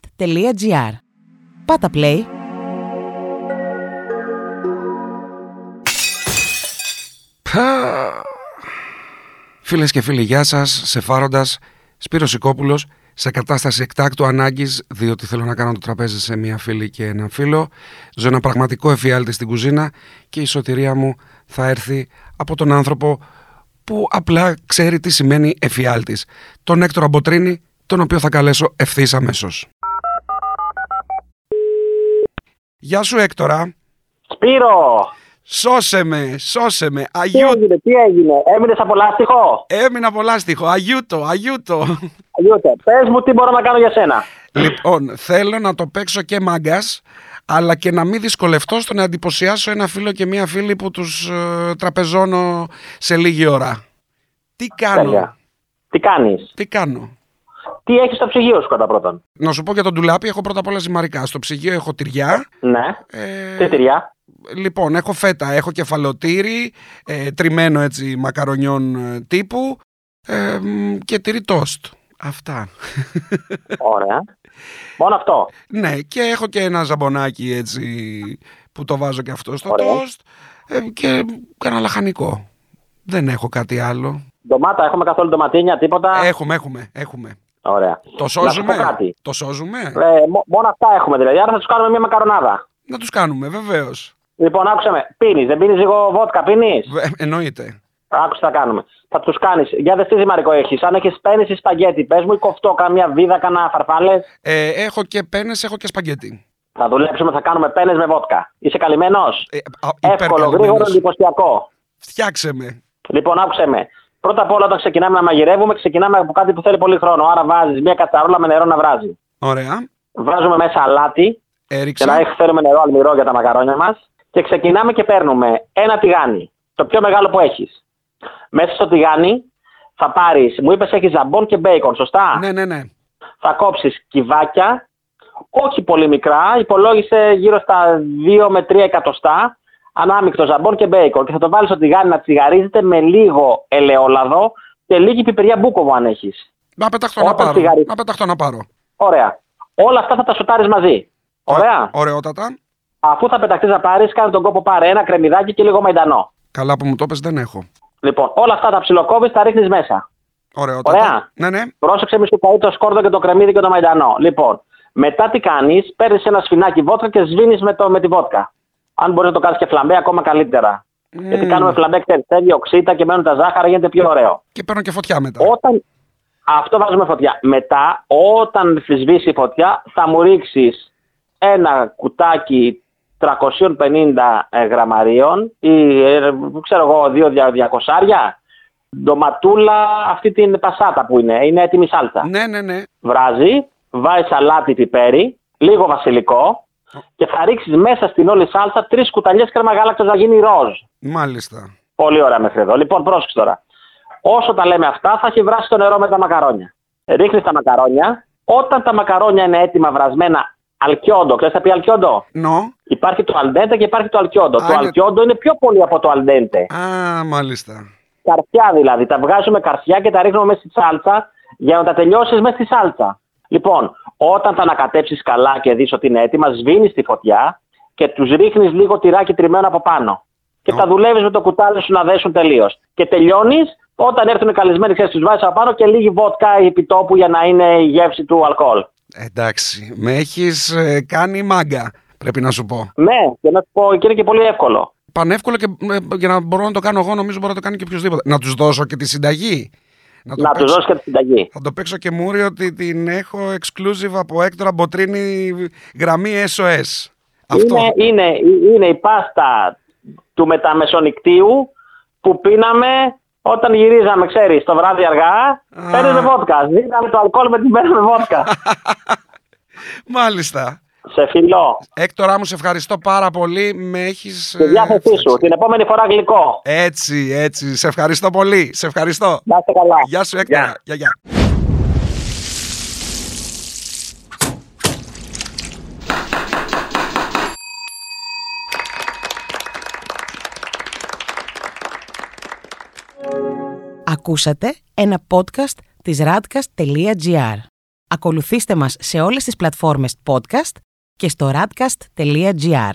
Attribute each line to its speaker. Speaker 1: radcast.gr. Πάτα play.
Speaker 2: Φίλες και φίλοι, γεια σας. Σε φάροντας, Σπύρος Σικόπουλος, σε κατάσταση εκτάκτου ανάγκης, διότι θέλω να κάνω το τραπέζι σε μία φίλη και έναν φίλο. Ζω ένα πραγματικό εφιάλτη στην κουζίνα και η σωτηρία μου θα έρθει από τον άνθρωπο που απλά ξέρει τι σημαίνει εφιάλτης. Τον Έκτορα Μποτρίνη, τον οποίο θα καλέσω ευθύς αμέσως. Γεια σου, Έκτορα.
Speaker 3: Σπύρο!
Speaker 2: Σώσε με, σώσε με.
Speaker 3: Τι
Speaker 2: Αγιού...
Speaker 3: έγινε, τι έγινε, έμεινες από λάστιχο.
Speaker 2: Έμεινα πολλά στοιχο. Αγιούτο, αγιούτο.
Speaker 3: Γιούτε, πες μου τι μπορώ να κάνω για σένα.
Speaker 2: Λοιπόν, θέλω να το παίξω και μάγκας, αλλά και να μην δυσκολευτώ στο να εντυπωσιάσω ένα φίλο και μία φίλη που τους τραπεζώνω σε λίγη ώρα. Τι κάνω,
Speaker 3: Τέλεια. Τι κάνεις,
Speaker 2: τι κάνω.
Speaker 3: τι έχεις στο ψυγείο σου κατά πρώτον.
Speaker 2: Να σου πω για τον ντουλάπι, έχω πρώτα απ' όλα ζυμαρικά. Στο ψυγείο έχω τυριά.
Speaker 3: Ναι,
Speaker 2: ε,
Speaker 3: τι τυριά.
Speaker 2: λοιπόν, έχω φέτα, έχω κεφαλοτήρι, ε, τριμμένο έτσι μακαρονιών ε, τύπου ε, μ, και τυρί τόστ. Αυτά.
Speaker 3: Ωραία. Μόνο αυτό.
Speaker 2: Ναι, και έχω και ένα ζαμπονάκι έτσι που το βάζω και αυτό στο
Speaker 3: Ωραία.
Speaker 2: τόστ ε, και κανένα λαχανικό. Δεν έχω κάτι άλλο.
Speaker 3: Ντομάτα, έχουμε καθόλου ντοματίνια, τίποτα.
Speaker 2: Έχουμε, έχουμε, έχουμε.
Speaker 3: Ωραία.
Speaker 2: Ε, Το
Speaker 3: Να σου πω
Speaker 2: σώζουμε.
Speaker 3: κάτι.
Speaker 2: Το σώζουμε.
Speaker 3: Ε, μο- μόνο αυτά έχουμε δηλαδή. Άρα θα τους κάνουμε μια μακαρονάδα.
Speaker 2: Να τους κάνουμε, βεβαίως.
Speaker 3: Λοιπόν, άκουσα με. Πίνεις, δεν πίνεις λίγο βότκα, πίνεις.
Speaker 2: Βε- εννοείται.
Speaker 3: Άκουσα τι θα κάνουμε. Θα τους κάνεις. Για δες τι ζυμαρικό έχεις. Αν έχεις παίρνει ή σπαγέτι, πες μου ή κοφτό, καμιά βίδα, κανένα φαρφάλες.
Speaker 2: Ε, έχω και πένες, έχω και σπαγκέτι.
Speaker 3: Θα δουλέψουμε, θα κάνουμε πένες με βότκα. Είσαι καλυμμένος.
Speaker 2: Ε, α,
Speaker 3: Εύκολο,
Speaker 2: υπερκαλυμμένος.
Speaker 3: γρήγορο, λοιπόν. εντυπωσιακό.
Speaker 2: Φτιάξε με.
Speaker 3: Λοιπόν, άκουσε με. Πρώτα απ' όλα, όταν ξεκινάμε να μαγειρεύουμε, ξεκινάμε από κάτι που θέλει πολύ χρόνο. Άρα βάζεις μια κατσαρόλα με νερό να βράζει.
Speaker 2: Ωραία.
Speaker 3: Βάζουμε μέσα αλάτι, και να
Speaker 2: Έριξα.
Speaker 3: έχει- θέλουμε νερό αλμυρό για τα μακαρόνια μας. Και ξεκινάμε και παίρνουμε ένα τηγάνι, το πιο μεγάλο που έχεις. Μέσα στο τηγάνι θα πάρεις, μου είπες, έχεις ζαμπόν και μπέικον, σωστά.
Speaker 2: Ναι, ναι, ναι.
Speaker 3: Θα κόψεις κυβάκια, όχι πολύ μικρά, υπολόγισε γύρω στα 2 με 3 εκατοστά, ανάμεικτο ζαμπόν και μπέικον και θα το βάλεις στο τηγάνι να τσιγαρίζεται με λίγο ελαιόλαδο και λίγη πιπεριά μπούκοβο αν έχεις.
Speaker 2: Να πεταχτώ να
Speaker 3: Όταν
Speaker 2: πάρω.
Speaker 3: σιγαρί-
Speaker 2: Να πεταχτώ να πάρω.
Speaker 3: Ωραία. Όλα αυτά θα τα σουτάρεις μαζί. Ωραία.
Speaker 2: Ωραιότατα.
Speaker 3: Αφού θα πεταχτείς να πάρεις, κάνε τον κόπο πάρε ένα κρεμμυδάκι και λίγο μαϊντανό.
Speaker 2: Καλά που μου το πες, δεν έχω.
Speaker 3: Λοιπόν, όλα αυτά τα ψιλοκόβεις, τα ρίχνεις μέσα.
Speaker 2: Ωραιότατα.
Speaker 3: Ωραία.
Speaker 2: Ναι, ναι.
Speaker 3: Πρόσεξε μη σου καεί το σκόρδο και το κρεμμύδι και το μαϊντανό. Λοιπόν, μετά τι κάνεις, παίρνεις ένα σφινάκι βότκα και σβήνεις με, το- με τη βότκα. Αν μπορείς να το κάνεις και φλαμπέ, ακόμα καλύτερα. Γιατί
Speaker 2: Μμμ.
Speaker 3: κάνουμε φλαμπέ, ξέρεις, φεύγει οξύτα και μένουν τα ζάχαρα, γίνεται πιο ωραίο.
Speaker 2: Και παίρνω και φωτιά μετά.
Speaker 3: Όταν... Αυτό βάζουμε φωτιά. Μετά, όταν σβήσει η φωτιά, θα μου ρίξεις ένα κουτάκι 350 γραμμαρίων ή ε, ξέρω εγώ, δύο δια- διακοσάρια. Ντοματούλα, αυτή την πασάτα που είναι, είναι έτοιμη σάλτσα
Speaker 2: Ναι, ναι, ναι.
Speaker 3: βράζει, βάζει σαλάτι πιπέρι, λίγο βασιλικό και θα ρίξεις μέσα στην όλη σάλτσα τρεις κουταλιές κρέμα γάλακτος να γίνει ροζ.
Speaker 2: Μάλιστα.
Speaker 3: Πολύ ωραία μέχρι εδώ. Λοιπόν, πρόσεξε τώρα. Όσο τα λέμε αυτά, θα έχει βράσει το νερό με τα μακαρόνια. Ρίχνεις τα μακαρόνια. Όταν τα μακαρόνια είναι έτοιμα βρασμένα, αλκιόντο. Ξέρεις θα πει αλκιόντο.
Speaker 2: Νο.
Speaker 3: Υπάρχει το αλντέντε και υπάρχει το αλκιόντο.
Speaker 2: Α,
Speaker 3: το
Speaker 2: είναι-
Speaker 3: αλκιόντο είναι πιο πολύ από το αλντέντε.
Speaker 2: Α, μάλιστα.
Speaker 3: Καρφιά δηλαδή. Τα βγάζουμε καρφιά και τα ρίχνουμε μέσα στη σάλτσα για να τα τελειώσεις μέσα στη σάλτσα. Λοιπόν, όταν τα ανακατέψεις καλά και δεις ότι είναι έτοιμα, σβήνεις τη φωτιά και τους ρίχνεις λίγο τυράκι τριμμένο από πάνω. Και
Speaker 2: Ω.
Speaker 3: τα δουλεύεις με το κουτάλι σου να δέσουν τελείως. Και τελειώνεις όταν έρθουν οι καλεσμένοι, ξέρεις, τους βάζεις απάνω και λίγη βότκα επιτόπου για να είναι η γεύση του αλκοόλ.
Speaker 2: Εντάξει. Με έχεις ε, κάνει μάγκα, πρέπει να σου πω.
Speaker 3: Ναι, και να σου πω, και είναι και πολύ εύκολο.
Speaker 2: Πανεύκολο και ε, για να μπορώ να το κάνω εγώ, νομίζω μπορώ να το κάνει και οποιοδήποτε. Να τους δώσω και τη συνταγή. Να το
Speaker 3: να του
Speaker 2: παίξω.
Speaker 3: δώσει και τη συνταγή.
Speaker 2: Θα το παίξω και μουρι ότι την έχω exclusive από Έκτορα Μποτρίνη γραμμή SOS. Αυτό.
Speaker 3: Είναι, είναι, είναι η πάστα του μεταμεσονικτίου που πίναμε όταν γυρίζαμε, ξέρεις, το βράδυ αργά.
Speaker 2: Α.
Speaker 3: Παίρνεις με βότκα. Δίναμε το αλκοόλ με την παίρνουμε βότκα.
Speaker 2: Μάλιστα.
Speaker 3: σε φιλό.
Speaker 2: Έκτορα μου, σε ευχαριστώ πάρα πολύ. Με έχεις...
Speaker 3: Τη
Speaker 2: ε,
Speaker 3: διάθεσή σου.
Speaker 2: φτιάξει.
Speaker 3: Την επόμενη φορά γλυκό.
Speaker 2: Έτσι, έτσι. Σε ευχαριστώ πολύ. Σε ευχαριστώ.
Speaker 3: Να είστε καλά.
Speaker 2: Γεια σου, Έκτορα. Γεια, γεια.
Speaker 1: Ακούσατε ένα podcast της radcast.gr. Ακολουθήστε μας σε όλες τις πλατφόρμες podcast και στο radcast.gr.